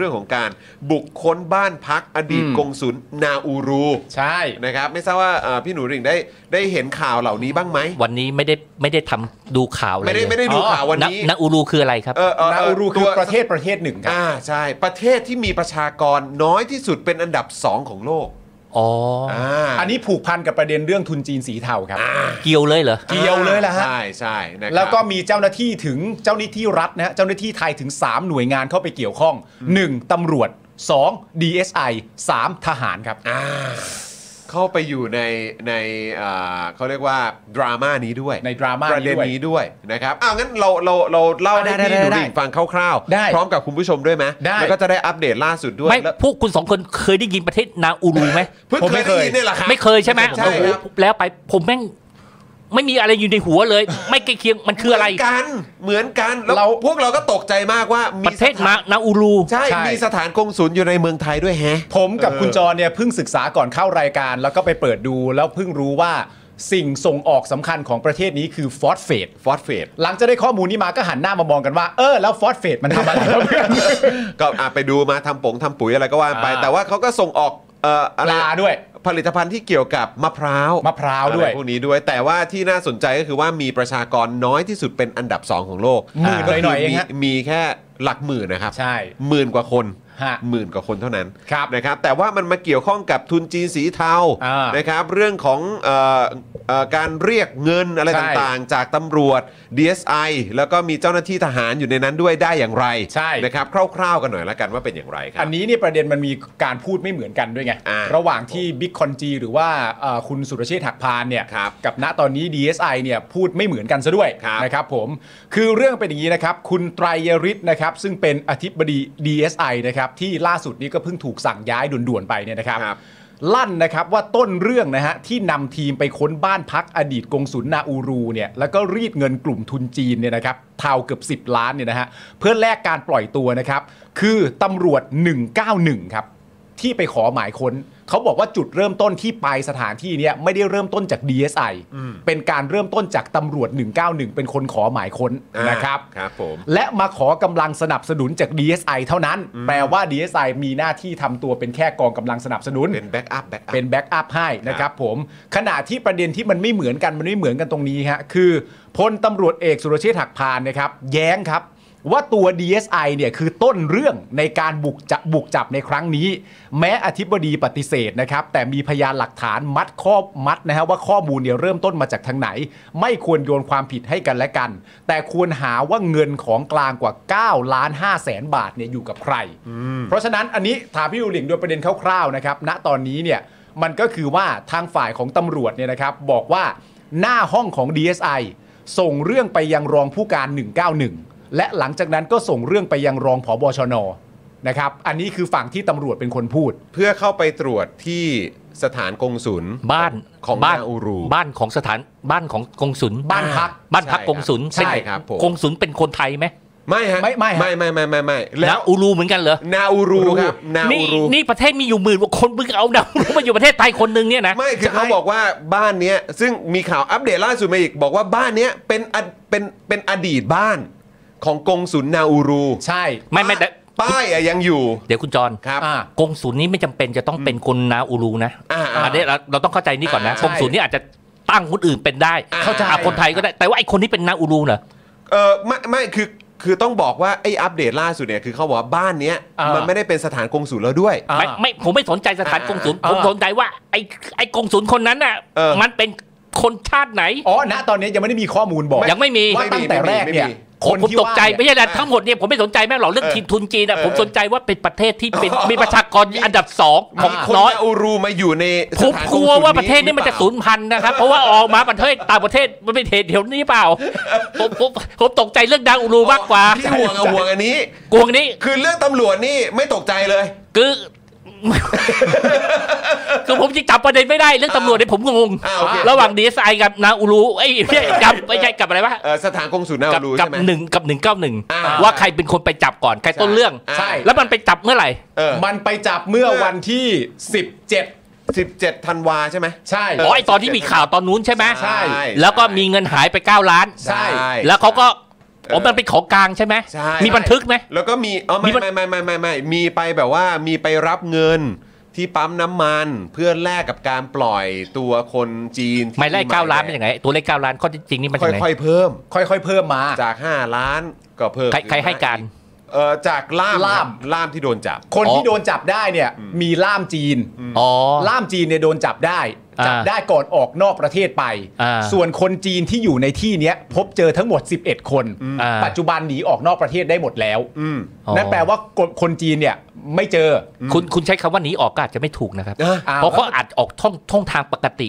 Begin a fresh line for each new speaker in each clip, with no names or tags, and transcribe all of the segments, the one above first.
เรื่องของการบุกค้นบ้านพักอดีต
อืม
กงสุลนาอูรู
ใช่
นะครับไม่ทราบว่าเอ่อพี่หนูหริ่งได้ได้เห็นข่าวเหล่านี้บ้างไหม
วันนี้ไม่ได้ไม่ได้ทำดูข่าวอะร
ไม่ได้
เลย
ไม่ได้ดู
อ๋อ
ข่าววันนี้
ะนาอูรูคืออะไรครับ
เออเออ
นา
เอ
อู
อ
รูคื
ตั
อ
ว
ประเทศประเทศหนึ่งครับ
อ่าใช่ประเทศที่มีประชากรน้อยที่สุดเป็นอันดับ 2 ของโลก
อ๋ออ
อ่า
อันนี้ผูกพันกับประเด็นเรื่องทุนจีนสีเทาครับ
เกี่ยวเลยเหรอ
เกี่ยวเลยล่ะฮะ
ใช่ใช่นะครับ
แล้วก็มีเจ้าหน้าที่ถึงเจ้าหน้าที่รัฐนะฮะเจ้าหน้าที่ไทยถึง 3 หน่วยงานเข้าไปเกี่ยวข้อง 1. ตำรวจ 2. DSI 3. ทหารครับ
อ่าเข้าไปอยู่ในในเอ่อเขาเรียกว่าดราม่านี้ด้วย
ในดราม่านี้
ประเด็นนี้ด้วยนะครับอ้าวงั้นเราเราเราเล่า
อ่ะได้
ให้พี่ห
ได้
นู
ได้
ริ่งฟังคร่าว
ได้
พร้อมกับคุณผู้ชมด้วยไหม
ได้
แล้วก็จะได้อัปเดตล่าสุดด้วย
ไม่
แล้ว
พวกคุณสองคนเคยได้ยินประเทศนาอูรูไหม
เพิ่ง
ผม
เค
ไม่
ย
เค
ได้
ย
ยินเนี่ยเหรอครับ
ไม่เคยใช่ไหม
ใช่
โอ้โห
ครับ
แล้วไปผมแม่ง ไม่มีอะไรอยู่ในหัวเลย ไม่ใกล้เคียงมันคืออะไร
เหมืนกันเหมือนกันแล้ว
เรา
พวกเราก็ตกใจมากว่ามี
ประเทศ
สถ
นานาอูรู
ใช่
ใช่
มีสถานกงศูนย์อยู่ในเมืองไทยด้วยแฮะ
ผมกับ
เออ
คุณจรเนี่ยเพิ่งศึกษาก่อนเข้ารายการ แล้วก็ไปเปิดดูแล้วเพิ่งรู้ว่าสิ่งส่งออกสำคัญของประเทศนี้คือฟอสเฟต
ฟอสเฟต
หลังจากได้ข้อมูลนี้มาก็หันหน้ามามองกันว่าเออแล้วฟอสเฟตมันทำอะไรครับเพื่อน
ก็อ่ะไปดูมาทำปงทำปุ๋ยอะไรก็ว่าไป
อ่า
แต่ว่าเขาก็ส่งออกเอ่ออะ
ป
ไร
ลาด้วย
ผลิตภัณฑ์ที่เกี่ยวกับมะพร้าว
มะพร้าวด้วย
อไพวกนี้ด้วย แต่ว่าที่น่าสนใจก็คือว่ามีประชากรน้อยที่สุดเป็นอันดับ 2 ของโลก
หมื่น
ก็คื
หน่อยๆเอง
มี
ฮะ
มีแค่หลักหมื่นนะครับ
ใช่
หมื่นกว่าคน
ฮะ
หมื่นกว่าคนเท่านั้น
ครับ
นะครับแต่ว่ามันมาเกี่ยวข้องกับทุนจีนสีเทา
อ่าน
นะครับเรื่องของเอ่อเอ่อการเรียกเงินอะไร
ใช่
ต่างๆ จากตำรวจ DSI แล้วก็มีเจ้าหน้าที่ทหารอยู่ในนั้นด้วยได้อย่างไร
ใช่
นะครับคร่าวๆกันหน่อยละกันว่าเป็นอย่างไรครับ
อันนี้เนี่ยประเด็นมันมีการพูดไม่เหมือนกันด้วยไง
อ่า
ระหว่างที่บิ๊กคอนจีหรือว่าเอ่อคุณสุรเชษฐ์หักพานเนี่ย
ครับ
กับณตอนนี้ DSI เนี่ยพูดไม่เหมือนกันซะด้วย
ครับ
นะครับผมคือเรื่องเป็นอย่างนี้นะครับ คุณไตรยฤทธิ์นะครับซึ่งเป็นอธิบดี DSI นะครับที่ล่าสุดนี้ก็เพิ่งถูกสั่งย้ายด่วนๆไปเนี่ยนะครับ
ครับ
ลั่นนะครับว่าต้นเรื่องนะฮะที่นำทีมไปค้นบ้านพักอดีตกงสุลนาอูรูเนี่ยแล้วก็รีดเงินกลุ่มทุนจีนเนี่ยนะครับเทาเกือบ 10 ล้านเนี่ยนะฮะเพื่อแลกการปล่อยตัวนะครับ คือตำรวจ 191 ครับ ที่ไปขอหมายค้นเขาบอกว่าจุดเริ่มต้นที่ไปสถานที่เนี้ยไม่ได้เริ่มต้นจาก DSI เป็นการเริ่มต้นจากตำรวจ 191 เป็นคนขอหมายค้น
อ่า
นะครับ
ครับผม
และมาขอกำลังสนับสนุนจาก DSI เท่านั้น แปลว่า DSI มีหน้าที่ทำตัวเป็นแค่กองกำลังสนับสนุน
เป็นแบ็กอัพแบ็กอัพ
เป็นแบ็กอัพให้นะครับผมขณะที่ประเด็นที่มันไม่เหมือนกัน มันไม่เหมือนกันตรงนี้ฮะคือพลตำรวจเอกสุรเชษฐ์หักพานนะครับ แย้งครับ ว่าตัว DSI เนี่ยคือต้นเรื่องในการบุกจับบุกจับในครั้งนี้ แม้อธิบดีปฏิเสธนะครับ แต่มีพยานหลักฐานมัดข้อมัดนะฮะว่าข้อมูลเนี่ยเริ่มต้นมาจากทางไหน ไม่ควรโยนความผิดให้กันและกัน แต่ควรหาว่าเงินของกลางกว่า9ล้าน5แสนบาทเนี่ยอยู่กับใคร เพราะฉะนั้นอันนี้ถามพี่อูหลิงโดยประเด็นคร่าวๆนะครับณตอนนี้เนี่ย มันก็คือว่าทางฝ่ายของตำรวจเนี่ยนะครับ บอกว่าหน้าห้องของ DSI ส่งเรื่องไปยังรองผู้การ 191 และหลังจากนั้นก็ส่งเรื่องไปยังรองผบชนนะครับ อันนี้คือฝั่งที่ตำรวจเป็นคนพูด
เพื่อเข้าไปตรวจที่สถานกงศุล
บ้าน
ของ
บ้าน
นาอูรู
บ้านของสถานบ้านของกงสุล
บ้านพัก
บ้านพักกงสุล
ใช่ครับ
เป็น
ใช่ครับผม
กงสุลเป็นคนไทยไหม
ไม่ฮะ
ไม่ไม่ฮะ
ไม่ไม่ไม่ไม่ไม่แล้
นาว อูรูเหมือนกันเหรอ
นาอูรูครับนา
นี่
อูรู
นี่ประเทศมีอยู่หมื่นกว่าคนมึงเอานาอูรูมาอยู่ประเทศไทยคนนึงเนี่ยนะ
ไม่คือเขาบอกว่าบ้านเนี้ยซึ่งมีข่าวอัปเดตล่าสุดมาอีก บอกว่าบ้านเนี้ยเป็นอดเป็นเป็นอดีตบ้านของกงศุลนาอูรู
ใช่
ไม่ไม่แต่
ป้ายอะยังอยู่
เดี๋ยวคุณจร
ครับ
อ่า
กงศูนย์นี้ไม่จำเป็นจะต้องเป็นคนนาอูรูนะ
อ่าอ่า
อันนี้เราเราต้องเข้าใจนี่ก่อนนะ
อ่าใช่
กงศูนย์นี่อาจจะตั้งคนอื่นเป็นได้
อ่าเข้าใจ
อ่ะคนไทยก็ได้ แต่ว่าไอ้คนที่เป็นนาอูรูเหรอ
เออไม่ไม่คือคือต้องบอกว่าไอ้อัปเดตล่าสุดเนี่ยคือเขาบอกว่าบ้านเนี้ย
อ่ามั
มันไม่ได้เป็นสถานกงศุลแล้วด้วย
อ่า
ไม่ไม่ผมไม่สนใจสถานกงศูนย์
อ่า
ผมสนใจว่าไอ้ไอ้กงศูนย์คนนั้นน่ะ
เออ
มันเป็นคนชาติไหน
อ๋อ ณ ตอนนี้ยังไม่ได้มีข้อมูลบอก
ยังไม่มี
ว่าตั้งแต่แรกเนี่ย
ผมผม
ที่
ตกใจ
ว่า
ไม่
เนี่ย
ใช่นะทั้งหมดเนี่ยผมไม่สนใจแม่งหรอกเรื่อง
เออ
ทีมทุนจีนนะ
เออ
ผมสนใจว่าเป็นประเทศที่เป็นมีประชากรอันดับสองของ
มีคน
น้อย
นาอูรูมาอยู่ในส
ผม
ถาน
ก
กง
ลัว
ศุล
ว่าประเทศนี้มัน
หรือ
จะ
เปล่า
สูญพันธุ์นะครับ เพราะว่าออกมาประเทศต่างประเทศมันเป็นเหตุเดี๋ยวนี้เป ล่า ผมผมผมตกใจเรื่องดังอูรูมากกว่า
ที่ห่วงอะห่วงอันนี้
กวงนี้
คือเรื่องตำรวจนี่ไม่ตกใจเลย
คือ คือผมยังจับประเด็นไม่ได้เรื่องตำรวจเนี่ยผมงง
อ่าโอเค
ระหว่างดีเอสไอกับนาอูรูไอ้ย ไม่ใช่กับไม่ใช่กับอะไรวะ
เอ่อสถานกงศูนย์นา
กับ
รู
กั
ใช่ไหม
หนึ่งกับหนึ่งเก้าหนึ่ง
อ่า
ว่าใครเป็นคนไปจับก่อนใครต้นเรื่อง
ใช่
แล้วมันไปจับเมื่อไหร่
มันไปจับเมื่อวันที่ 17
สิบเจ็ดธันวาใช่ไหม
ใช่
อ๋อไอตอนที่มีข่าวตอนนู้นใช่ไหม
ใช่
แล้วก็มีเงินหายไป 9 ล้าน
ใช่
แล้วเขาก็ อ๋อมันเป็นของกลางใช่ไหม
ใช่
มีบันทึกไหม
แล้วก็มีเออไม่
มีบัน
ไม่ไม่ไม่ไม่ไม่มีไปแบบว่ามีไปรับเงินที่ปั๊มน้ำมัน เพื่อแลกกับการปล่อยตัวคนจีนที่
หมายเลขเก้าล้าน
แด
เป็นยังไงตัวเลขเก้าล้านข้อเท็จจริงนี่มันยังไง
ค่อยๆเพิ่ม
ค่อยๆเพิ่มมา
จาก 5 ล้านก็เพิ่ม
ใครใคร
ขึ้นม
ให้การ
เออจากล่าม
ล่าม
ครับล่ามที่โดนจับ
คน
อ๋
ที่
อ
โดนจับได้เนี่ยมีล่ามจีน
อ๋อ
ล่ามจีนเนี่ยโดนจับได้
อ่า
จับได้ก่อนออกนอกประเทศไป
อ่า
ส่วนคนจีนที่อยู่ในที่เนี้ยพบเจอทั้งหมด 11 คน
อ่า
ปัจจุบันหนีออกนอกประเทศได้หมดแล้ว
อืม
นั่นแปลว่ากดคนจีนเนี่ยไม่เจอ
คุณคุณใช้คำว่าหนีออกก็อาจจะไม่ถูกนะครับ
นะ
อ่
เพราะเขาอาจออกท่องท่องทางปกติ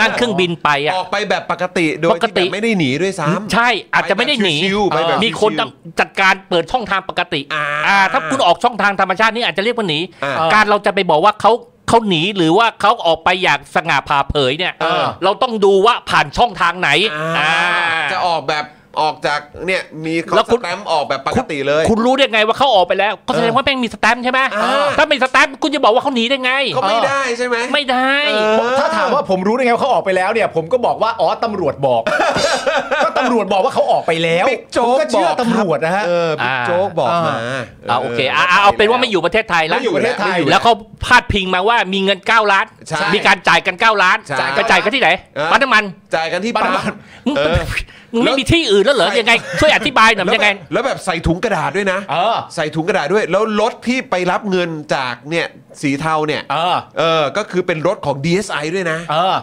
นั่งเครื่องบินไปอ่ะ
ออกไปแบบปกติโดย
ปก
ที่
ติ
แบบไม่ได้หนีด้วยซ้ำ
ใช่อาจจะไม่ได้หนี
ไปแบบชิวๆไปแบบ
มีคน
ชิว
จัดการเปิดช่องทางปกติ
อ่า
อ่าถ้าคุณออกช่องทางธรรมชาตินี่อาจจะเรียกว่าหนี
อ่า
การเราจะไปบอกว่าเขาเขาหนีหรือว่าเขาออกไปอย่างสง่าผ่าเผยเนี่ย
อ่า
เราต้องดูว่าผ่านช่องทางไหน
อ่า
อ่า
จะออกแบบออกจากเนี่ยมีเขา
แล้ว
ส
คุณ
แตมป์ออกแบบปกติเลย
คุณรู้ได้ไงว่าเขาออกไปแล้ว ก็แสดงว่าแม่งมีสแตมป์ใช่ไหม
อ่า
ถ้าไม่สแตมป์คุณจะบอกว่าเขาหนีได้ไง
ก็ไม่ได้ใช่ไหม
ไม่ได้
เออ
ถ้าถามว่าผมรู้ได้ไงว่าเขาออกไปแล้วเนี่ย ผมก็บอกว่าอ๋อตำรวจบอก ก็ตำรวจบอกว่าเขาออกไปแล้ว
บิ๊กโจ๊
ผ
ก
มก็
บ
เชื่อ
อก
ตำรวจนะฮะ
เออบิ๊ก
อ่า
โจ๊กบอกมา
อ่าโอเคอ่าอ่าเอาเป็นว่าไม่อยู่ประเทศไทยแล้ว
ไม่อยู่ประเทศไทย
แล้วเขาพาดพิงมาว่ามีเงิน 9 ล้าน
ใช่
มีการจ่ายกัน 9 ล้าน
ใช่
ไปจ่ายกันที่ไหน
อ่ะ
ปั๊มน้ำมัน
จ่ายกันที่ปั๊ม
มึง
เออ
มึงไม่
แล้ว
มีที่อื่นแล้วเหรอยังไง ช่วยอธิบายหน่อย
แล้ว
ยัง
แบ
ไง
บแล้วแบบใส่ถุงกระดาษด้วยนะ
เออ
ใส่ถุงกระดาษด้วย แล้วรถที่ไปรับเงินจากเนี่ยสีเทาเนี่ย
เออ
เออก็คือเป็นรถของ DSI ด้วยนะ
เออ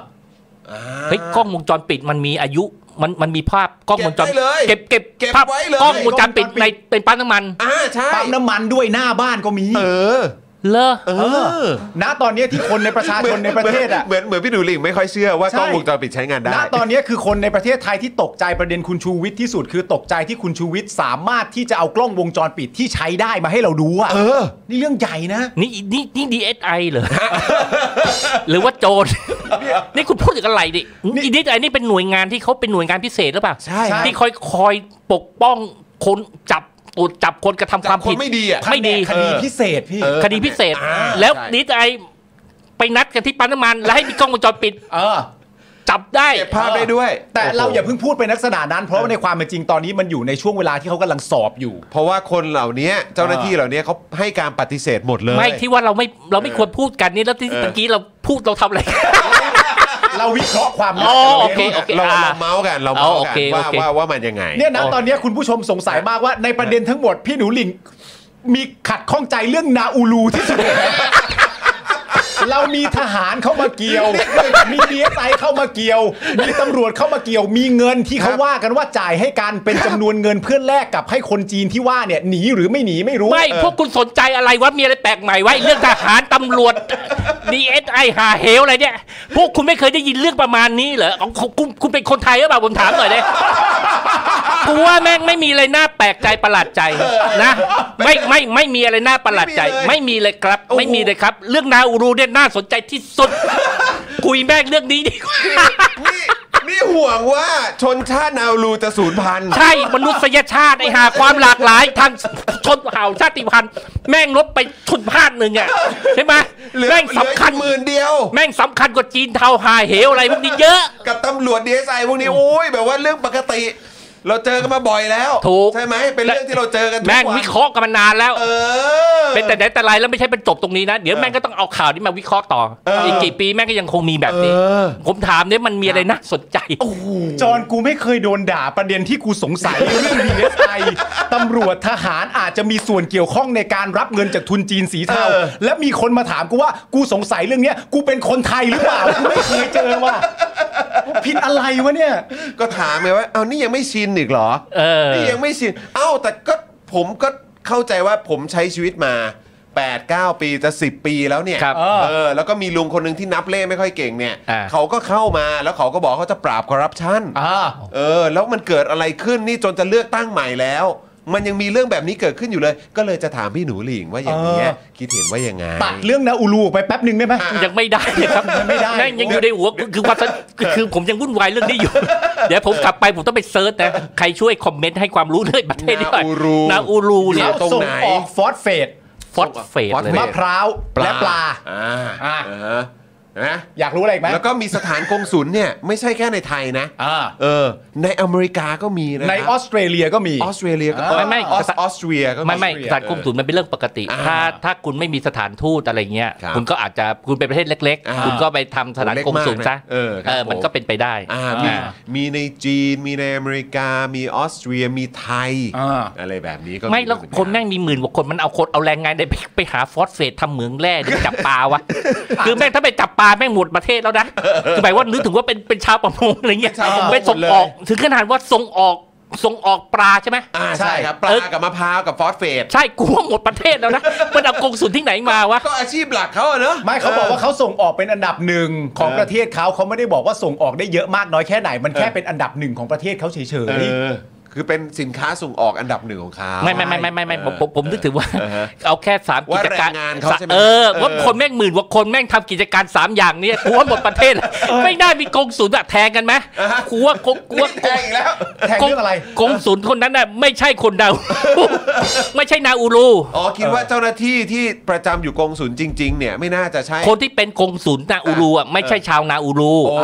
เฮ้ยกล้องวงจรปิดมันมีอายุมันมันมีภาพกล้องวงจร
เก็บได้เลย
เก็บเก็บ
เก็บ
ภาพ
ไว้เลย
กล้องวงจรปิด
กล้องวงจรปิด
ในเป็นปั๊มน้ำมัน
อ่าใช่
ปั๊มน้ำมันด้วยหน้าบ้านก็มี
เออ
เลอ
เออ
ณตอนเนี้ยที่คนในประชาชนในประเทศอ่ะ
เหมือนเหมือนพี่ดูลิงไม่ค่อยเชื่อว่าก
ใช่
ล้องวงจรปิดใช้งานได้
ณตอนเนี้ยคือคนในประเทศไทยที่ตกใจประเด็นคุณชูวิทย์ที่สุดคือตกใจที่คุณชูวิทย์สามารถที่จะเอากล้องวงจรปิดที่ใช้ได้มาให้เราดูอ่ะ
เออ
นี่เรื่องใหญ่นะ
นี่นี่นี่ดีเอสไอเหรอ หรือว่าโจ ร นี่คุณพูดถึงอะไรดิดีเอสไอนี่เป็นหน่วยงานที่เขาเป็นหน่วยงานพิเศษหรือเปล่า
ใช่
ที่คอยคอยปกป้องคนจับตัวจับคนกระทำ
จับ
ความ
คน
ผิด
ไม่ดีอ่ะ
ไม่ดี
คดีพิเศษพี่
เออ
คดีพิเศษ
อ่า
แล้ว
ใช่
ดีเอสไอไปนัดกันที่ปั๊มน้ำมัน แล้วให้มีกล้องวงจรปิด
เออ
จับได้
เก็บภาพได้ด้วย
แต่เราอย่า
โโห
เพิ่งพูดไปลักษณะนั้น เพราะว่าในความเป็นจริงตอนนี้มันอยู่ในช่วงเวลาที่เขากำลังสอบอยู่
เพราะว่าคนเหล่านี้เจ้าหน้าที่เหล่านี้เขาให้การปฏิเสธหมดเลย
ไม่ที่ว่าเราไม่เราไม่ควรพูดกันนี่แล้วที่
เออ
ตะกี้เราพูดเราทำอะไร
เราวิเคราะห์ความ
อ๋อโอ เค
เ
เรา
อ่า
เราเมาส์กันเราเมาส์
เอาโอ
กัน
เค
ว่า
โอเค
ว่าว่ามันยังไง
เนี่ยนะตอนเนี้ยคุณผู้ชมสงสัยมากว่าในประเด็นทั้งหมดพี่หนูหลิงมีขัดข้องใจเรื่องนาอูลูที่สุดเลย นะเรามีทหารเข้ามาเกี่ยว มีดีเอสไอเข้ามาเกี่ยว มีตำรวจเข้ามาเกี่ยว มีเงินที่เขาว่ากันว่าจ่ายให้กันเป็นจำนวนเงินเพื่อแลกกับให้คนจีนที่ว่าเนี่ยหนีหรือไม่หนีไม่รู้
ไม่พวกคุณสนใจอะไรวะมีอะไรแปลกใหม่ไว้เรื่องทหารตำรวจ ดีเอสไอหาเหวอะไรเนี่ย พวกคุณไม่เคยได้ยินเรื่องประมาณนี้เหรอของของคุณคุณเป็นคนไทยหรือเปล่าผมถามหน่อยเลย กูว่าแม่งไม่มีอะไรน่าแปลกใจประหลาดใจนะไม่ไม่ไม่มีอะไรน่าประหลาดใจ
ไม่
ไม่
มี
มี
เล
เลย ยครับ
โอ้โห
ไม่มีเลยครับ เรื่องนาอูรูเนี่ยน่าสนใจที่สุด คุยแม่งเรื่องนี้ดีกว่า
นี่นี่ห่วงว่าชนชาตินาวรูจะสูญพันธุ์
ใช่มนุษยชาติไอหาความหลากหลายทางชนเผ่าชาติพันธุ์แม่งลดไปชนพาดหนึ่งอ่ะใช่ไหม
เหลือ
แม่ง
เหลือ
สำคัญ
หมื่นเดียว
แม่งสำคัญกว่าจีนเทาหาเหวอะไรพวกนี้เยอะ
กับตำรวจดีเอสไอพวกนี้โอ้ยแบบว่าเรื่องปกติ เราเจอกันมาบ่อยแล้ว
ถูก
ใช่ไหมเป็นเรื่องที่เราเจอกันทุก
แม่ง
วัน
วิเคราะห์กันมานานแล้ว
เออ
เป็นแต่ไหนแต่ไรแล้วไม่ใช่เป็นจบตรงนี้นะ เดี๋ยวแม่งก็ต้องเอาข่าวนี้มาวิเคราะห์ต่อ
เอออี
อีกกี่ปีแม่งก็ยังคงมีแบบนี้
เออ
ผมถามเนี่ยมันมีอะไรน่าสนใจ
จอนกูไม่เคยโดนด่าประเด็นที่กูสงสัย เรื่อง DSI ตำรวจทหารอาจจะมีส่วนเกี่ยวข้องในการรับเงินจากทุนจีนสีเทา
เออ
และมีคนมาถามกูว่ากูสงสัยเรื่องเนี้ยกูเป็นคนไทยหรือเปล่ากูไม่เคยเจอว่าผิดอะไรวะเนี่ย
ก็ถามไงว่าเอานี่ยังไม่ชินอีกเหรอ
เออ
นี่ยังไม่ชินเอ้าแต่ก็ผมก็เข้าใจว่าผมใช้ชีวิตมา8ปดเปีจะ 10 ปีแล้วเนี่ย
ครับ
เออเออแล้วก็มีลุงคนหนึ่งที่นับเลขไม่ค่อยเก่งเนี่ย
อ่า
เขาก็เข้ามาแล้วเขาก็บอกเขาจะปราบคอร์รัปชัน
อ่า
เออแล้วมันเกิดอะไรขึ้นนี่จนจะเลือกตั้งใหม่แล้ว มันยังมีเรื่องแบบนี้เกิดขึ้นอยู่เลย ก็เลยจะถามพี่หนูหลิงว่าอย่างนี้ย
เออ
คิดเห็นว่ายังไง
ตัดเรื่องนาอูลูออกไปแป๊บหนึ่งได้ไหม
ยังไม่ได้เลยครับ
ไม่ได้
แงยังอยู่ในหัวคือคือความสนคือผมยังวุ่นวายเรื่องนี้ อยู่ เดี๋ยวผมกลับไปผมต้องไปเซิร์ชนะใครช่วยคอมเมนต์ให้ความรู้เรื่องประเทศนี้หน่อย
นาอูรู
นาอูรู
ดี๋
เนี่
วย
เขา
ตรง
ส่ง
ไหน
ออกฟอสเฟต
ฟอสเฟตเลย
มะพร้าวและปลา
อ่า
อ่ะ
เออเอ นะ
อยากรู้อะไรอีกไหม
แล้วก็มีสถานกงสุลเนี่ยไม่ใช่แค่ในไทยนะ
อ่า
เออ ในอเมริกาก็มีนะ
ใน
ครั
ออบ สเตรเลียก็มี
ออสเตรเลียก็
ไม่ไม่
ออสออสเตรียก็
ไม่ไม่สถานกงสุลมันเป็นเรื่องปกติ
อ่า
ถ้าถ้าคุณไม่มีสถานทูตอะไรเงี้ย
ครับ
คุณก็อาจจะคุณเป็นประเทศเล็ก
อ่า
ๆ คุณก็ไปทำสถานกงสุลซะ
เล็กมากนะเออครับ
มัน
ผม
ก็เป็นไปได้
อ่ามี
อ่า
มีในจีนมีในอเมริกา มีออสเตรียมีไทย
อ่า
อะไรแบบนี้ก็
ไม่แล้ว
เหอกั
คนแม่งมีหมื่นกว่าคนมันเอาคนเอาแรงงานไปไปไปหาฟอสเฟตทำเหมืองแร่หรือจับปลาวะ คือแม่งถ้าไปจับปลาแม่งหมดประเทศแล้วนะคือหมายว่านึกถึงว่าเป็นเป็นชาวประมงอะไรเงี้ย
เป็นชาวประมง
ไปส่งออก ถึงขนาดว่าส่งออกส่งออกปลาใช่ไหม
อ่าใช่ครับป
เอ
ลา
อ
กับมะพร้าวกับฟอสเฟต
ใช่กูว่าหมดประเทศแล้วนะมันเอากงสุลที่ไหนมาวะ
ก็อาชีพหลักเขาอะเนอะ
ไม่เขาบอกว่าเขาส่งออกเป็นอันดับหนึ่งของประเทศเขาเขาไม่ได้บอกว่าส่งออกได้เยอะมากน้อยแค่ไหนมันแค่
เออ
เป็นอันดับหนึ่งของประเทศเขาเฉย
เออคือเป็นสินค้าส่งออกอันดับหนึ่งของเขา
ไม่ไม่ไม่ไม่ไม่ไม่ผมผมผมนึกถึงว่า
เออฮะ
เอาแค่สามกิ
ว่า
จการ
แรงงานเขาใช่ไหม
เออว่า
เออ
คนแม่งหมื่นกว่าคนแม่งทำกิจการสามอย่างเนี้กูว่าหมดประเทศแล้วไม่น่ามีกงสุลแบบแทงกันไหมกูว่ากงกู
นี่
ว่าก
แท
ง
งอีกแล้ว
ๆ แทงเรื่องอะไร
กงสุลคนนั้นน่ะไม่ใช่คนดาว ไม่ใช่นาอูรู
อ๋อคิดว่าเจ้าหน้าที่ที่ประจำอยู่กองศูนย์จริง ๆ เนี่ยไม่น่าจะใช่
คนที่เป็นกงสุลนาอูรูอ่ะไม่ใช่ชาวนาอูรู
โอ้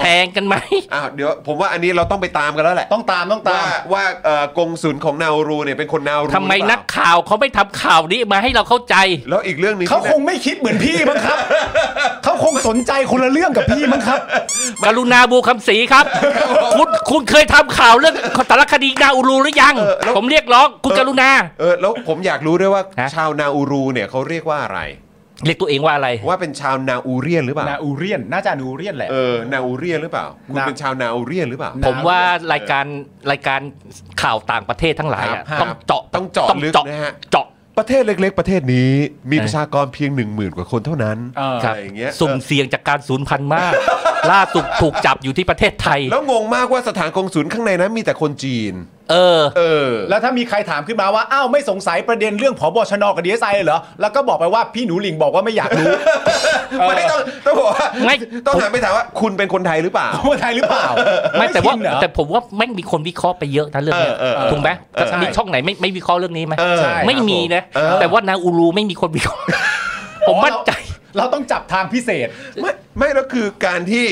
แทงกันไหม
อ้าวเดี๋ยวผมว่าอันนี้เราต้องไปตามกันแล้วแหละ
ต้องตามต้องตา
ว่าม ว่าเอ่อกงศูนย์ของนาอูรูเนี่ยเป็นคนนาอูรู
ทำไม
หรือเปล่า
นักข่าวเขาไม่ทำข่าวนี้มาให้เราเข้าใจ
แล้วอีกเรื่องหนึง
เขา
ที่
ค
น่
งไม่คิดเหมือนพี่มั้งครับ เขาคงสนใจคนละเรื่องกับพี่มั้งครับ
กรุณาบูคำศรีครับ คุณคุณเคยทำข่าวเรื่องสารคดีนาอูรูหรือยัง
เออแล้ว
ผมเรียกร้องคุณกรุณา
เออแล้วผมอยากรู้ด้วยว่า
ฮะ
ชาวนาอูรูเนี่ยเขาเรียกว่าอะไร
เรียกตัวเองว่าอะไร
ว่าเป็นชาวนาอูเรียนหรือเปล่า
นาอูเรียน น่าจะนาอูเรียนแหละ
เออนาอูเรียนหรือเปล่าคุณ
นา
เป็นชาวนาอูเรียนหรือเปล่า
ผมว่ารายการรายการข่าวต่างประเทศทั้งหลายอะ
ครับ
ต้องเจาะ
ต้องเจาะลึกนะฮะ
เจาะ
ประเทศเล็ก ๆ ประเทศนี้มีประชากรเพียง 1 0,000 กว่าคนเท่านั้น
เออ
อะ
อ
ไรอย่างเงี้ย
สุ่มเสี่ยงจากการสูญพันธุ์มาก ล่าสุดถูกจับอยู่ที่ประเทศไทย
แล้วงงมากว่าสถานกงศูนย์ข้างในนั้นมีแต่คนจีน
เออ
เออ
แล้วถ้ามีใครถามขึ้นมาว่า อ้าว ไม่สงสัยประเด็นเรื่องผบชนกับดีเอสไอเหรอ แล้วก็บอกไปว่าพี่หนูหลิงบอกว่าไม่อยากรู้
ไม่ต้องต้องบอกว่า
ไม่
ต้องถามไปถามว่าคุณเป็นคนไทยหรือเปล่า
คนไทยหรือเปล่า
ไม่แต่ว่า
ชินเหรอ
แต่ผมว่าแม่งมีคนวิเคราะห์ไปเยอะนะเรื่องเนี้ย
เออเออเออ
ถูกไหม
เออใช่
มีช่องไหนไม่ไม่วิเคราะห์เรื่องนี้ไหม
เออใช่
ไม่มีนะ
เออ
แต่ว่านาอูรูไม่มีคนวิเคราะห์ผมมั่นใจ
เราเราต้องจับทางพิเศษ
ไม่ไม่แล้วคือการที่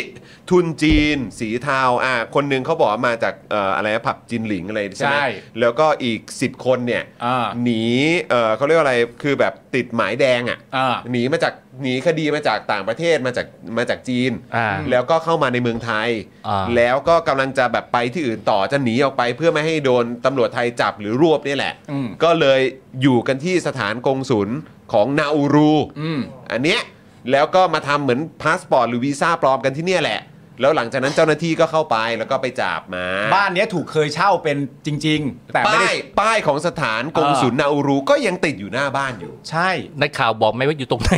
ทุนจีน สีเทาอ่าคนหนึ่งเขาบอกว่ามาจากเอ่ออะไรนะผับจินหลิงอะไรใช่ไหม
ใช่
แล้วก็อีก 10 คนเนี่ย
อ่า
หนีเอ่อเขาเรียกว่าอะไรคือแบบติดหมายแดงอ่ะ
อ่า
หนีมาจากหนีคดีมาจากต่างประเทศมาจากมาจากจีน
อ่า
แล้วก็เข้ามาในเมืองไทย
อ่า
แล้วก็กำลังจะแบบไปที่อื่นต่อจะหนีออกไปเพื่อไม่ให้โดนตำรวจไทยจับหรือรวบเนี่ยแหละ
อืม
ก็เลยอยู่กันที่สถานกงศุลของนาอูรู
อืม
อันเนี้ยแล้วก็มาทำเหมือนพาสปอร์ตหรือวีซ่าปลอมกันที่เนี่ยแหละ แล้วหลังจากนั้นเจ้าหน้าที่ก็เข้าไปแล้วก็ไปจับมา
บ้านเนี้ยถูกเคยเช่าเป็นจริง ๆ แต่
ป้า
ไม่ได้
ยป้ายของสถานกงศุลนาอูรูก็ยังติดอยู่หน้าบ้านอยู่
ใช่
ในข่าวบอกไหมว่าอยู่ตรงไหน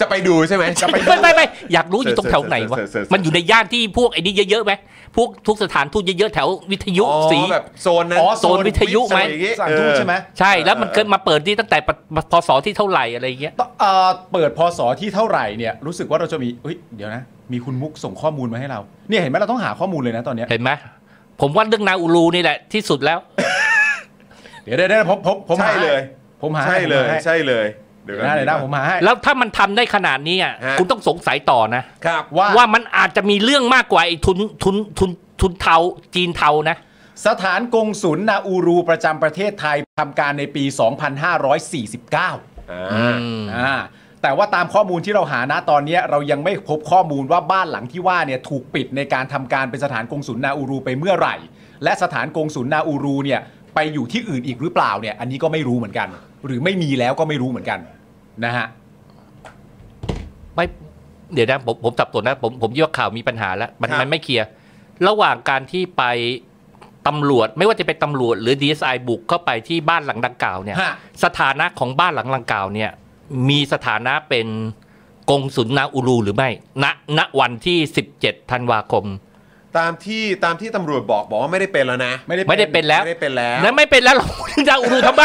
จะไปดูใช่ไหมจะไป
ไม่ไม่ไม่อยากรู้อยู่ตรงแถวไหนวะ
เสิร์ชเสิร์ชเสิร์ช
มันอยู่ในย่านที่พวกไอ้นี่เยอะๆไหมพวกทุกสถานทูตเยอะๆแถววิทยุ
อ๋อ
สี
แบบโซนนั้น
อ๋อ
โซนวิทยุไหม
อะไรอย่างงี้
สั่งทูตใช่ไหม
ใช่แล้วมันเกิดมาเปิดที่ตั้งแต่ปพศที่เท่าไหร่อะไรเงี้ย
ต้องเอ่อเปิดพศที่เท่าไหร่เนี่ย รู้สึกว่าเราจะมีเฮ้ย เดี๋ยวนะ มีคุณมุกส่งข้อมูลมาให้เรา เนี่ยเห็นไหมเราต้องหาข้อมูลเลยนะตอนเนี้ย
เห็นไหมผมว่าเรื่องนาอูรูนี่แหละที่สุดแล้ว
เดี๋ยวได้ได้ผมผมผม
ใช่
หา
เลย
ผมหา
ใช่เลย
ผมหา
ใช่เลยเดี๋ยว
เดี๋
ก่อ
ยวน นะเดี๋ยวนะผมหาให้
แล้วถ้ามันทำได้ขนาดนี้อ่ะ
ฮะ
คุณต้องสงสัยต่อนะครับ
ว่า
ว่ามันอาจจะมีเรื่องมากกว่าไอ้ทุนทุนทุนทุนเทาจีนเทานะ
สถานกงศุลนาอูรูประจำประเทศไทยทำการในปี 2549
อ่า
อ่าแต่ว่าตามข้อมูลที่เราหานะตอนเนี้ยเรายังไม่พบข้อมูลว่าบ้านหลังที่ว่าเนี่ยถูกปิดในการทำการเป็นสถานกงศุลนาอูรูไปเมื่อไหร่ และสถานกงศุลนาอูรูเนี่ยไปอยู่ที่อื่นอีกหรือเปล่าเนี่ยอันนี้ก็ไม่รู้เหมือนกัน หรือไม่มีแล้วก็ไม่รู้เหมือนกันนะฮะ
ไม่เดี๋ยวนะผมผมสับสนนะผมผมคิดว่าข่าวมีปัญหาแล้ว มัน
ครับ
มันไม่เคลียร์ระหว่างการที่ไปตำรวจ ไม่ว่าจะเป็นตำรวจหรือ DSI บุกเข้าไปที่บ้านหลังดังกล่าวเนี่ย
ฮะ
สถานะของบ้านหลังดังกล่าวเนี่ย มีสถานะเป็นกงสุลนาอูรูหรือไม่ ณณวันที่ 17ธันวาคม
ตามที่ตามที่ตำรวจบอกบอกว่าไม่ได้เป็นแล้วนะ
ไม่ได้
ไม่ได้เป็นแล้ว
ไม่ได้เป็นแล้ว
แล้วไม่เป็นแล้วเราถึงจะอูรูทำไม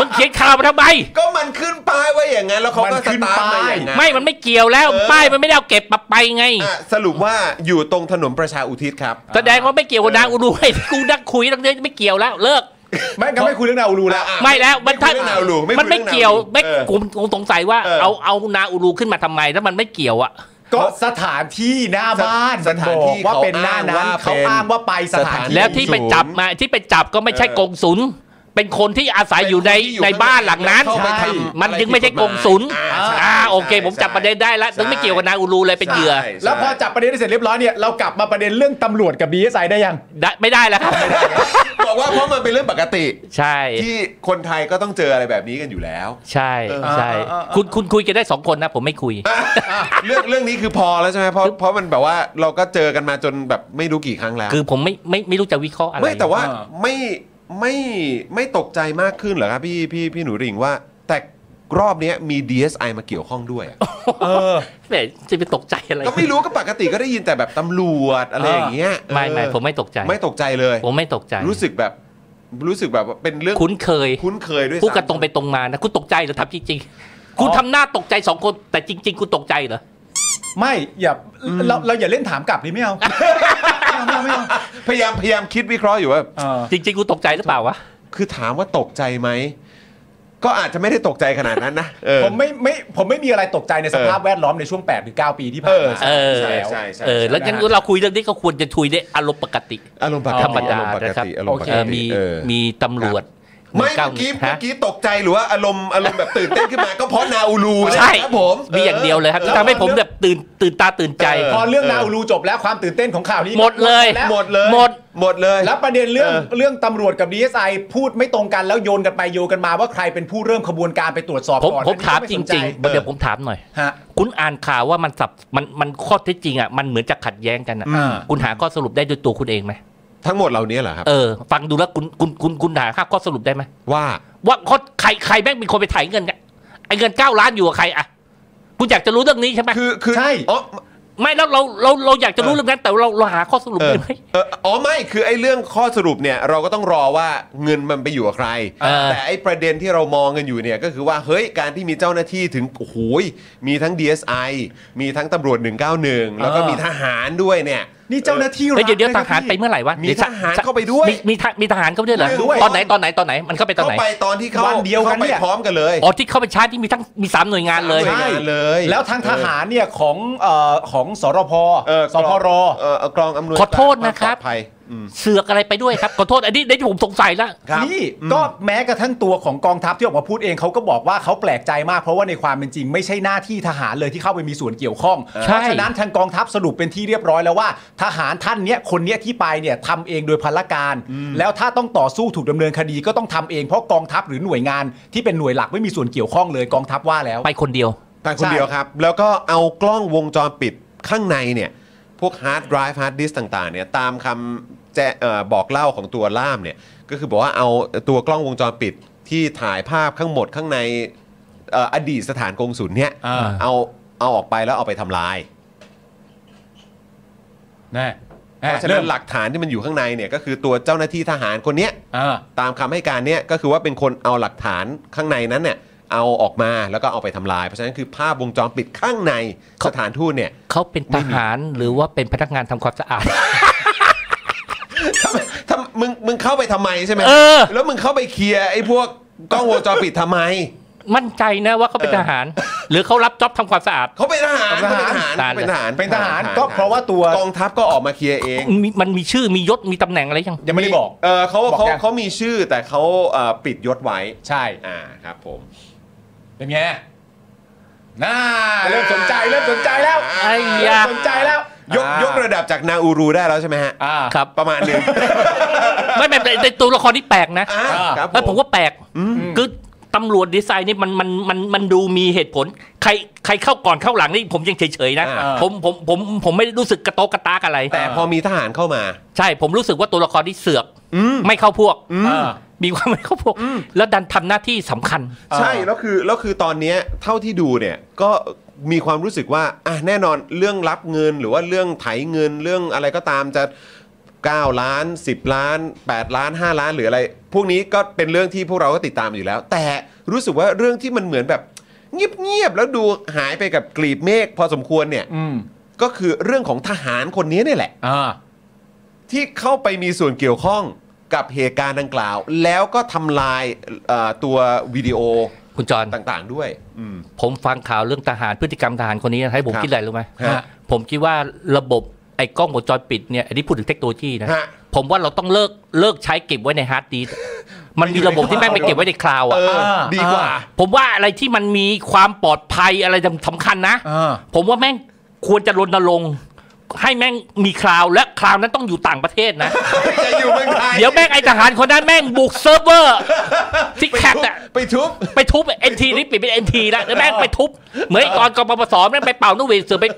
มึงเขียนข่าวมาทำไม
ก็มันขึ้นป้ายไว่าอย่างนั้นแล้วเขาก็
มัน
ส
ขึ้น
ตาร์ทมา
ป้าย
อย่างนั้น
ไม่มันไม่เกี่ยวแล้ว
เออ
ป้ายมันไม่ได้เอาเก็บมาไปไง
อ่ะสรุปว่าอยู่ตรงถนนประชาอุทิศครับ
แสดงว่าไม่เกี่ยวกับนางอูรูให้กูนั่งคุยตั้งเยอะไม่เกี่ยวแล้วเลิก
ไม่งั้นไม่คุยเรื่องนาอูรูแล้ว
อ่ะ
ไม่แล้วมัน
ไม่คุยเรื่องนาอูรูไม่คุย
มันไม่เกี่ยว
เรื่
ไม่
องนาอูรู
ผมผมสงสัยว่า
เออ
เอาเอานาอูรูขึ้นมาทำไมแล้วมันไม่เกี่ยวอะ
ก็สถานที่หน้าบ้าน
สถานที่
บอกว่าเป็นหน้านั้น
เขา
เขา
อ้างว่า
อ้างว่าไปสถาน
สถาน
ที่
แล้วที่ไปจับมาที่ไปจับก็ไม่ใช่กงสุลเป็นคนที่อาศัยอยู่ใน
เป็คที่
ในบ้านหลังนั้น
เข้าไปทำ
มัน
อะร
จึงไม่ใช่กงสุล
อ่าใช่
อ่าโอเค
ใช่
ผมจับประเด็นได้แล้ว
ใช่
ซึ่งไม่เกี่ยวกับนางอูรูเลยเป็นเหยื่อ
ใช่
แล้วพอจับประเด็นได้เสร็จเรียบร้อยเนี่ยเรากลับมาประเด็นเรื่องตำรวจกับดีเอสไอได้ยัง
ได้ไม่ได้แล้วครับ
บอกว่าเพราะมันเป็นเรื่องปกติ
ใช่
ที่คนไทยก็ต้องเจออะไรแบบนี้กันอยู่แล้ว
ใช่ใช่
เออเออเออ
คุณคุณคุยกันได้สองคนนะ ผมไม่คุย
เรื่องเรื่องนี้คือพอแล้วใช่ไหมเพราะเพราะมันแบบว่าเราก็เจอกันมาจนแบบไม่รู้กี่ครั้งแล้ว
คือผมไม่ไม่ไม่รู้จะวิเคราะห์อะไร
ไม่แต่ว่า
เออ
ไม่ไม่ไม่ตกใจมากขึ้นเหรอครับพี่พี่พี่หนูริ่งว่าแต่รอบเนี้ยมี DSI มาเกี่ยวข้องด้วยอะ
เออ
แต่จะไปตกใจอะไร
ก็ไม่รู้ก็ปกติก็ได้ยินแต่แบบตำรวจอะไรอย่างเงี้ย
ไม่ไม่
เออ
ผมไม่ตกใจ
ไม่ตกใจเลย
ผมไม่ตกใจ
รู้สึกแบบรู้สึกแบบว่าเป็นเรื่อง
คุ้นเคย
คุ้นเคยด้วย
พูดกัน
ซ้ำ
ตรงไปตรงมานะ คุณตกใจเหรอทำจริงๆ คุณ
อ๋อ
ทำหน้าตกใจสองคน แต่จริง ๆ คุณตกใจเหรอ
ไม่อย่าเราเราอย่าเล่นถามกลับดิ ไม่เอาไม่เอาไม่เอา
พยายามพยายามคิดวิเคราะห์อยู่ว่า
เออ
จริง ๆ คุณตกใจหรือเปล่าวะ
คือถามว่าตกใจไหม ก็อาจจะไม่ได้ตกใจขนาดนั้นนะเออ
ผมไม่ไม่ผมไม่มีอะไรตกใจในสภาพแวดล้อมในช่วง8หรือ9ปีที่ผ่านมา
เอ
เออ
ใช่
แล้ว
ใช่ใช่
เออ แล้วงั้นเราคุยเรื่องนี้ก็ควรจะคุยได้อารมณ์ปกติ
อารมณ์ปกติ
ธรรมดา
อณ์ปก
นะครับ
ติอารมณ์ปก
โอเค
เออ
ติ
มี
เออ
มีตำรวจ
ไม่
หนึ่งเก้า
เมื่อกี้
ฮะ
เมื่อกี้ตกใจหรือว่าอารมณ์อารมณ์แบบตื่นเต้นขึ้นมา ก็เพราะนาอูรู
ใช่
ไหมครับผม
มีอย่างเดียวเลยครับที่ทำให้ผมแบบตื่นตื่นตาตื่นใจ
เออพอเรื่องนาวรูจบแล้วความตื่นเต้นของข่าวนี้
หมดเลย
แว
หมดเลย
หมด
หมดเลย
แล้วประเด็นเรื่อง
เออ
เรื่องตำรวจกับ DSI พูดไม่ตรงกันแล้วโยนกันไปโยนกันมาว่าใครเป็นผู้เริ่มขบวนการไปตรวจสอบ
ผม
ก่อน
ผมถาม
อัน
จ
นี้ก็ไสน
ริง
ใจ
ๆเดี๋ยวผมถามหน่อย
ฮะ
คุณอ่านข่าวว่ามันสับมันมันข้อเท็จจริงอ่ะมันเหมือนจะขัดแย้งกันอ่ะ
อ่า
คุณหาข้อสรุปได้ด้วยตัวคุณเองไหม
ทั้งหมดเหล่านี้เหรอครับ
เออฟังดูแล้วคุณคุณคุณคุณหาข้อสรุปได้ไหม
ว่า
ว่าเขาใครใครแม่งเป็นคนไปถ่ายเงินกันไอ้เงินเก้าล้านอยู่กับใครอะคุณอยากจะรู้เรื่องนี้ใช่ไหม
คือคือ
ใช่
อ๋อ
ไม่แล้วเราเราเราอยากจะรู้เรื่องนั้นแต่เราเราหาข้อสรุป
เออ
ได้ไหม
เอออ๋อไม่คือไอ้เรื่องข้อสรุปเนี่ย เราก็ต้องรอว่าเงินมันไปอยู่กับใคร
เออ
แต่ไอ้ประเด็นที่เรามองกันอยู่เนี่ย ก็คือว่าเฮ้ยการที่มีเจ้าหน้าที่ถึงโอ้โหยมีทั้ง DSI มีทั้งตำรวจ 191 แล้วก็มีทหารด้วยเนี่ย
นี่เจ้าหน้าที่รั
เฮ้ย
ฐ
เดี๋ยวเดี๋ยว
ล
ท
นะ
หารไป
พี่
เมื่อไหร่วะ
มี
ดี๋ย
ทหารเข้าไปด้วย
มีมีทหารมีทหารเข้าไปด้วยเหรอ
ด้วย
ตอนไหนตอนไหนตอนไหนมันเข้าไปตอน
เข้า
ไหน
ไปตอนที่เขา
วันเดียวกันเนี่ย
ข้าไปพร้อมกันเลย
อ๋อที่เข้าไปชาร์จที่มีทั้งมีสามหน่วยงานเลย
สามหน่วย งานเลย
แล้วทางทหารเนี่ยของเอ่อของสรพ
เออ
สพร
เออเออกรองอำนวย
ขอโทษนะครับ
วามปลอดภัยอืม
เสือกอะไรไปด้วยครับขอโทษอันนี้ในที่ผมสงสัยละ
ครับ
นี่
อืม
ก็แม้กระทั่งตัวของกองทัพที่ออกมาพูดเองเขาก็บอกว่าเขาแปลกใจมากเพราะว่าในความเป็นจริง ไม่ใช่หน้าที่ทหารเลยที่เข้าไปมีส่วนเกี่ยวข้องเพ
ใช่
ราะฉะนั้นทางกองทัพสรุปเป็นที่เรียบร้อยแล้วว่า ทหารท่านเนี้ยคนเนี้ยที่ไปเนี่ยทำเองโดยพลการ แล้วถ้าต้องต่อสู้ถูกดำเนินคดีก็ต้องทำเองเพราะกองทัพหรือหน่วยงานที่เป็นหน่วยหลักไม่มีส่วนเกี่ยวข้องเลยกองทัพว่าแล้ว
ไปคนเดียว
แต่คน
ใช่
เดียวครับ แล้วก็เอากล้องวงจรปิดข้างในเนี่ย พวกฮาร์ดไดรฟ์ฮาร์ดดิสต่าง ๆ เนี่ย ตามคำแจ้เอ่อบอกเล่าของตัวล่ามเนี่ย ก็คือบอกว่าเอาตัวกล้องวงจรปิดที่ถ่ายภาพข้างหมดข้างในเอ่ออดีตสถานกงสุลเนี่ย
อ่า
เอาเอาออกไปแล้วเอาไปทำลาย
นะ
เพราะฉะ
เริ่
นั้น
ม
หลักฐานที่มันอยู่ข้างในเนี่ยก็คือตัวเจ้าหน้าที่ทหารคนเนี้ย
อ่า
ตามคำให้การเนี่ยก็คือว่าเป็นคนเอาหลักฐานข้างในนั้นเนี่ยเอาออกมาแล้วก็เอาไปทำลาย เพราะฉะนั้นคือภาพวงจรปิดข้างในสถานทูตเนี่ย
เขาเป็นทหารหรือว่าเป็นพนักงานทำความสะอาด
ถ้ามึงมึงเข้าไปทำไมใช่ไหม
เออ
แล้วมึงเข้าไปเคลียร์ไอ้พวกกล้องวงจรปิดทำไม
มั่นใจนะว่าเขาเป็นทหาร หรือเขารับจ็อบทำความสะอาด
เขาเป็นทหารเขาเป็นทหาร
ตาย
เขา
แล้ว
เป็นทหาร
เป็นทหารก็เพราะว่าตัว
กองทัพก็ออกมาเคลียร์เอง
มีมันมีชื่อมียศมีตำแหน่งอะไรยัง
ยังไม่ได้บอก
เออเขา
บอก
เขา
ยัง
เขามีชื่อแต่เขาเอ่อปิดยศไว้
ใช่
อ่าครับผม
เป็นไง น่า เริ่มสนใจ เริ่มสนใจแล้ว
ไอ้
เริ่
ยะ
มสนใจแล้ว
ยกยกระดับจากนาอูรูได้แล้วใช่ไหมฮะ
อ่า
ครับ
ประมาณหนึง
ไม่ไม่แต่แต่ตัวละครนี่แปลกนะ
อ่าครับ
เอ้ยผมว่าแปลกคือตำรวจดีไซน์นี่มันมันมันมันดูมีเหตุผล ใครใครเข้าก่อนเข้าหลังนี่ผมยังเฉยๆนะ
อ่า
ผมผมผมผมไม่ได้รู้สึกกระโตกกระตากอะไร
แต่พอมีทหารเข้ามา
ใช่ผมรู้สึกว่าตัวละครที่เสือก
อืม
ไม่เข้าพวก
อ่า
มีความไม่เข้าพวก แล้วดันทำหน้าที่สำคัญ
ใช่
อ่า
แล้วคือแล้วคือตอนเนี้ยเท่าที่ดูเนี่ยก็มีความรู้สึกว่าอ่ะแน่นอนเรื่องรับเงินหรือว่าเรื่องไถเงินเรื่องอะไรก็ตามจะ 9 ล้าน 10 ล้าน 8 ล้าน 5 ล้านหรืออะไร พวกนี้ก็เป็นเรื่องที่พวกเราก็ติดตามอยู่แล้ว แต่รู้สึกว่าเรื่องที่มันเหมือนแบบเงียบๆแล้วดูหายไปกับกลีบเมฆพอสมควรเนี่ย
อืม
ก็คือเรื่องของทหารคนนี้เนี่ยแหละ
อ่า
ที่เข้าไปมีส่วนเกี่ยวข้อง กับเหตุการณ์ดังกล่าว แล้วก็ทำลายเอ่อตัววิดีโอ
คุณจร
ต่างๆด้วย อืม
ผมฟังข่าวเรื่องทหารพฤติกรรมทหารคนนี้นะให้ผม
ครับ
คิดอะไรรู้ไหม
ฮะ
ผมคิดว่าระบบไอ้กล้องวงจรปิดเนี่ยอันนี้พูดถึงเทคโนโลยีนะ
ฮะ
ผมว่าเราต้องเลิกเลิกใช้เก็บไว้ในฮาร์ดดิสก์มันมีระบบที่แม่งไปเก็บไว้ในคลาวด์
เอ
อ่ะ
อ
อ่า
ดีกว่า
ผมว่าอะไรที่มันมีความปลอดภัยอะไรสำคัญนะ
อ่า
ผมว่าแม่งควรจะรณรงค์ให้แม่งมีคลาวด์และคลาวด์นั้นต้องอยู่ต่างประเทศนะ
จะอยู่เมืองไทย
เดี๋ยวแม่งไอทหารคนนั้นแม่งบุกเซิร์ฟเวอร์ที่
ไป
แคป
ทุบ
น่ะ
ไปทุบ
ไปทุบเอ็นทีนี่ปิดเป็นเอ็นทีแล้วแล้วแม่งไปทุบ เหมือนไอ้ตอนกปปสแม่งไปเป่านกหวีดเสือไป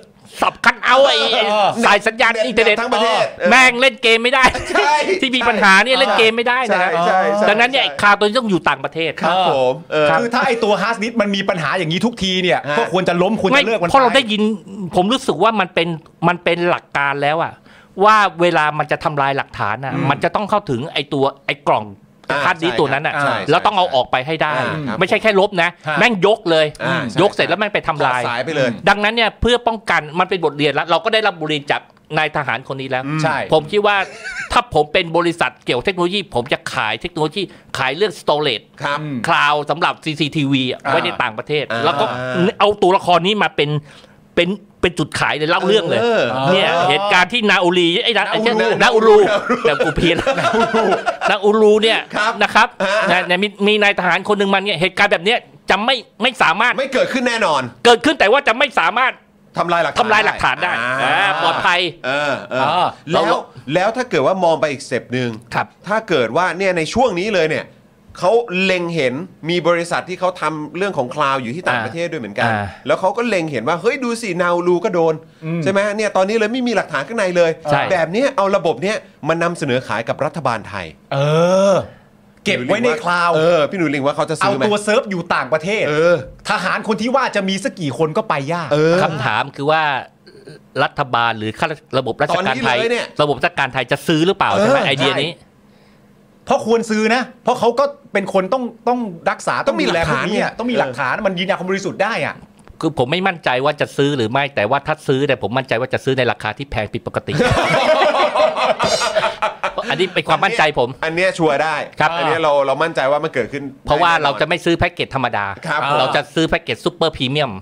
สับคันเอาท์ไอ้ไอ้สายสัญญาณอินเทอร์เน็ต
ทั้งประเทศ
แม่งเล่นเกมไม่ได้
ใช่
ที่มีปัญหาเนี่ยเล่นเกมไม่ได้
ใช่
นะ
ใช่ใช่
ดังนั้นเนี่ยไอ้คลาวด์ตัวนี้ต้องอยู่ต่างประเทศ
ครับผมเออ
คือถ้าไอตัวฮาร์ดดิสก์มันมีปัญหาอย่างนี้ทุกทีเนี่ย
ฮะ
ก็ควรจะล้มควรจะเลิกมัน
เพราะเรา
ป
ได้ยินผมรู้สึกว่ามันเป็นมันเป็นหลักการแล้วอะว่าเวลามันจะทำลายหลักฐานอะมันจะต้องเข้าถึงไอ้ตัวไอ้กล่อง
อ่า
ฮาร์ดดิสก์ตัวนั้นอะ
ใช่ใช่
แล้วต้องเอาออกไปให้ได้
อ่าครับ
ไม่ใช่แค่ลบนะ
ฮะ
แม่งยกเลย
อ่าใช่
ยกเสร็จแล้วแม่งไปทำ
ต่อ
ลาย
สายไปเลย
ดังนั้นเนี่ยเพื่อป้องกันมันเป็นบทเรียนแล้ว เราก็ได้รับบทเรียนจากนายทหารคนนี้แล้ว
อืม
ใช่
ผมคิดว่าถ้าผมเป็นบริษัทเกี่ยวเทคโนโลยี ผมจะขายเทคโนโลยีขายเรื่องสโตเรจ
ครับ
อืม
คลาวด์สำหรับ CCTV อะ
อ่า
ไว้ในต่างประเทศ
อ่า
แล้วก็เอาตัวละครนี้มาเป็นเป็นเป็นจุดขายเลยเล่าเรื่องเลย เนี่ย
อ๋อ
เหตุการณ์ที่นาอูรีไอ้นะไอ้เช่ย
นาอูรู
นาอูรูแต่กูเพี้ยนนาอูรูเนี่ย
ครับ
นะครับ
ฮะ
นะเนี่ยมีมีนายทหารคนหนึ่งมันเนี่ยเหตุการณ์แบบเนี้ยจะไม่ไม่สามารถ
ไม่เกิดขึ้นแน่นอน
เกิดขึ้นแต่ว่าจะไม่สามารถ
ทำลายหลักฐน
ทำลายหลักฐานได้
อ่
อ่าปลอดภัย
เออเออ
เออ
แล้
เรา
วแล้วถ้าเกิดว่ามองไปอีกสเต็ปหนึ่ง
ครับ
ถ้าเกิดว่าเนี่ยในช่วงนี้เลยเนี่ยเขาเล็งเห็นมีบริษัทที่เขาทำเรื่องของคลาวอยู่ที่ต่าง
อ่า
ประเทศด้วยเหมือนกัน
อ่า
แล้วเขาก็เล็งเห็นว่าเฮ้ยดูสินาวรูก็โดน
อืม
ใช่ไหมเนี่ยตอนนี้เลยไม่มีหลักฐานข้างในเลย
ใช่
แบบเนี้ยเอาระบบเนี้ยมานำเสนอขายกับรัฐบาลไทย
เออ เก็บไว้ในคลาวด์
เออพี่หนุ่ยลิงว่าเขาจะ
เอา
ซื้อไหม
ตัวเซิร์ฟอยู่ต่างประเทศ
เออ
ทหารคนที่ว่าจะมีสักกี่คนก็ไปยาก
เออ
คำถามคือว่ารัฐบาลหรือข้าราชระบบราชการไทย
ตอนนี้เลยเนี่ย
ระบบราชการไทยจะซื้อหรือเปล่าใช่ไหม
เออ
ไอเดียนี้
เพราะควรซื้อนะ เพราะเขาก็เป็นคนต้องต้องรักษา
ต้องมี
ดูแ
หลักฐาน
พว
เนี่ย
อะต้องมี
เออ
หลักฐานมันยืนยันความบริสุทธิ์ได้อ่ะ
คือผมไม่มั่นใจว่าจะซื้อหรือไม่แต่ว่าถ้าซื้อเนี่ยผมมั่นใจว่าจะซื้อในราคาที่แพงผิดปกติ อันนี้เป็นความมั่นใจผม
อันเนี้ยชัวร์ได้
ครับ
อันเนี้ยเราเรามั่นใจว่ามันเกิดขึ้น
เพราะว่าเรา
แน่น
จะ
อน
ไม่ซื้อแพ็กเกจธรรมดา
ครับ
เราจะซื้อแพ็กเกจซูเปอร์พรีเมียม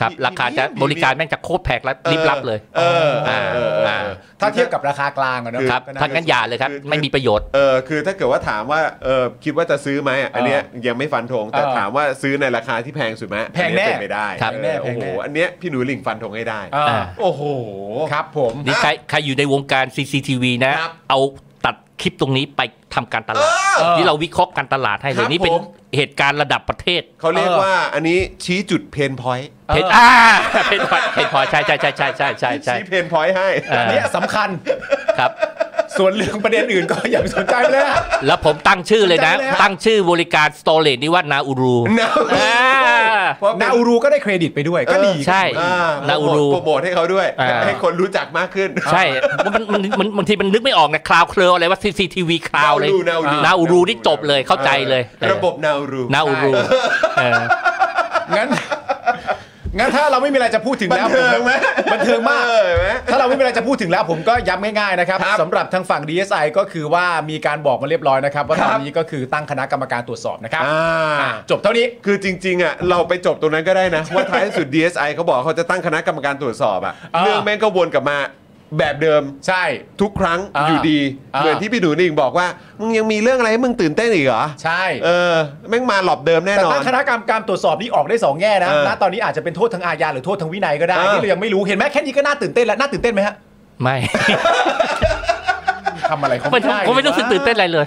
ครับ
พรีเมียม
ราคาจะ
พรีเมียม
บริการแม่งจะโคตรแพงและ
ออ
ลิบลับเลย
เออเออเออเออ
า
ถ้าเทียบกับราคากลางอะเนอะ
ครับ
ก็น่
ทางกันอย่าเลยครับ
คือ
ไม่มีประโยชน์
เออคือถ้าเกิดว่าถามว่าเออคิดว่าจะซื้อไหมอ่ะอันเนี้ยยังไม่ฟันธงแต่
เออ
ถามว่าซื้อในราคาที่แพงสุดไหม
แพงแน่
อัเป็นไปได้
ครับ
เออ
แพงแน่
โอ้โห
แพงแน่
อันเนี้ยพี่หนูหลิงฟันธงให้ได้
อ่า
อ่า
โอ้โห
ครับผม
นี่ใครใครอยู่ในวงการ CCTV นะ
ครับ
เอาตัดคลิปตรงนี้ไปทำการตลาด
เออ
ที่เราวิเคราะห์การตลาดให้เล
ครั
ย
บ
นี่เป็น
ผม
เหตุการณ์ระดับประเทศ
เขาเรียก
เออ
ว่าอันนี้ชี้จุดเพนพอยต์
เพจอ่า เพจพอยเพจพอยใช่ใช่ใช่ใช่ใช่ใช่ใช่
ชี้เพนพอยต์ให้
เออ
เนี่ยสำคัญ
ครับ
ส่วนเรื่องประเด็นอื่นก็อย่าไปสนใจเลยนะ
แล้วผมตั้งชื่อเลยนะ
จำแล้ว
ตั้งชื่อบริการสโตเลตนี่ว่านาอูรู
นาอูรู
อ่า
เพราะ
นาอูรูก็ได้เครดิตไปด้วยก็ดี
ใช่
อ่า
นาอูรู
โปรโมทให้เขาด้วย
อ่า
ให้คนรู้จักมากขึ้น
ใช่มันมันมันบางทีมันนึกไม่ออกนะคลาวเคลออะไรว่า CCTV คลาวเลย
นาอูรู
นาอูรูนี่
นาอูรู
จบเลยเข้าใจเลยเออ
ระบบนาอูรู
นาอูรูเออ
งั้น งั้นถ้าเราไม่มีอะไรจะพูดถึงแล้
บั
ว
นเทิงไหม
ผมบันเทิงมาก
เออเห็นไหม
ถ้าเราไม่มีอะไรจะพูดถึงแล้วผมก็ย้ำง่ายๆนะครับ
ครับ
สำหรับทางฝั่ง DSI ก็คือว่ามีการบอกมาเรียบร้อยนะครับ ว่า
ครั
ต
บ
อนนี้ก็คือตั้งคณะกรรมการตรวจสอบนะครับ
อ่า
อ่ะจบเท่านี้
คือจริงๆอ่ะเราไปจบตรงนั้นก็ได้นะ ว่าท้ายสุด DSI เขาบอกเขาจะตั้งคณะกรรมการตรวจสอบอ่ะ
เออ
เรื่องแม่งก็วนกลับมาแบบเดิม
ใช่
ทุกครั้ง
อ่า
อยู่ดี
อ่า
เหมือนที่พี่ดูนิ่งบอกว่า มึงยังมีเรื่องอะไรให้มึงตื่นเต้นอีกเหรอ
ใช่
เออแม่งมาหลอบเดิมแน่
แต่
นอ
ตั้
น
งคณะกรรมการตรวจสอบนี่ออกได้สองแง่นะ
เออ
ณตอนนี้อาจจะเป็นโทษทางอาญาหรือโทษทางวินัยก็ได้
เออ
นี่เรายังไม่รู้เห็นไหมแค่นี้ก็น่าตื่นเต้นแล้วน่าตื่นเต้นไหมฮะ
ไม่
ทำอะไรเขา
ไม่
ไม่ได้
ผมไม่รู้สึกตื่นเต้นอะไรเลย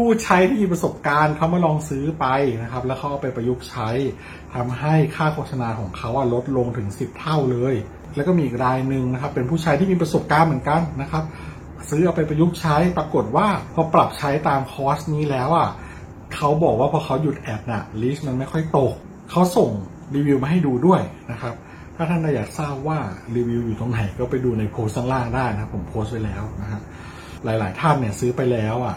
ผู้ใช้ที่มีประสบการณ์เขามาลองซื้อไปนะครับ แล้วเขาเอาไปประยุกต์ใช้ทำให้ค่าโฆษณาของเขาอะลดลงถึง 10 เท่าเลย แล้วก็มีอีกรายหนึ่งนะครับ เป็นผู้ใช้ที่มีประสบการณ์เหมือนกันนะครับ ซื้อเอาไปประยุกต์ใช้ปรากฏว่าพอปรับใช้ตามคอร์สนี้แล้วอ่ะเขาบอกว่าพอเขาหยุดแอดน่ะลิสต์มันไม่ค่อยตกเขาส่งรีวิวมาให้ดูด้วยนะครับ ถ้าท่านอยากทราบว่ารีวิวอยู่ตรงไหนก็ไปดูในโพสต์ข้างล่างได้นะครับผมโพสต์ไว้แล้วนะครับ หลาย ๆ ท่านเนี่ยซื้อไปแล้วอ่ะ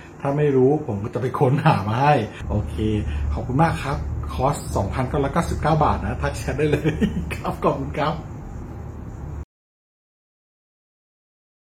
ถ้าไม่รู้ผมก็จะไปค้นหามาให้ โอเค ขอบคุณมากครับ คอร์ส 2,999 บาทนะ ทักแชทได้เลย ครับ ขอบคุณครับ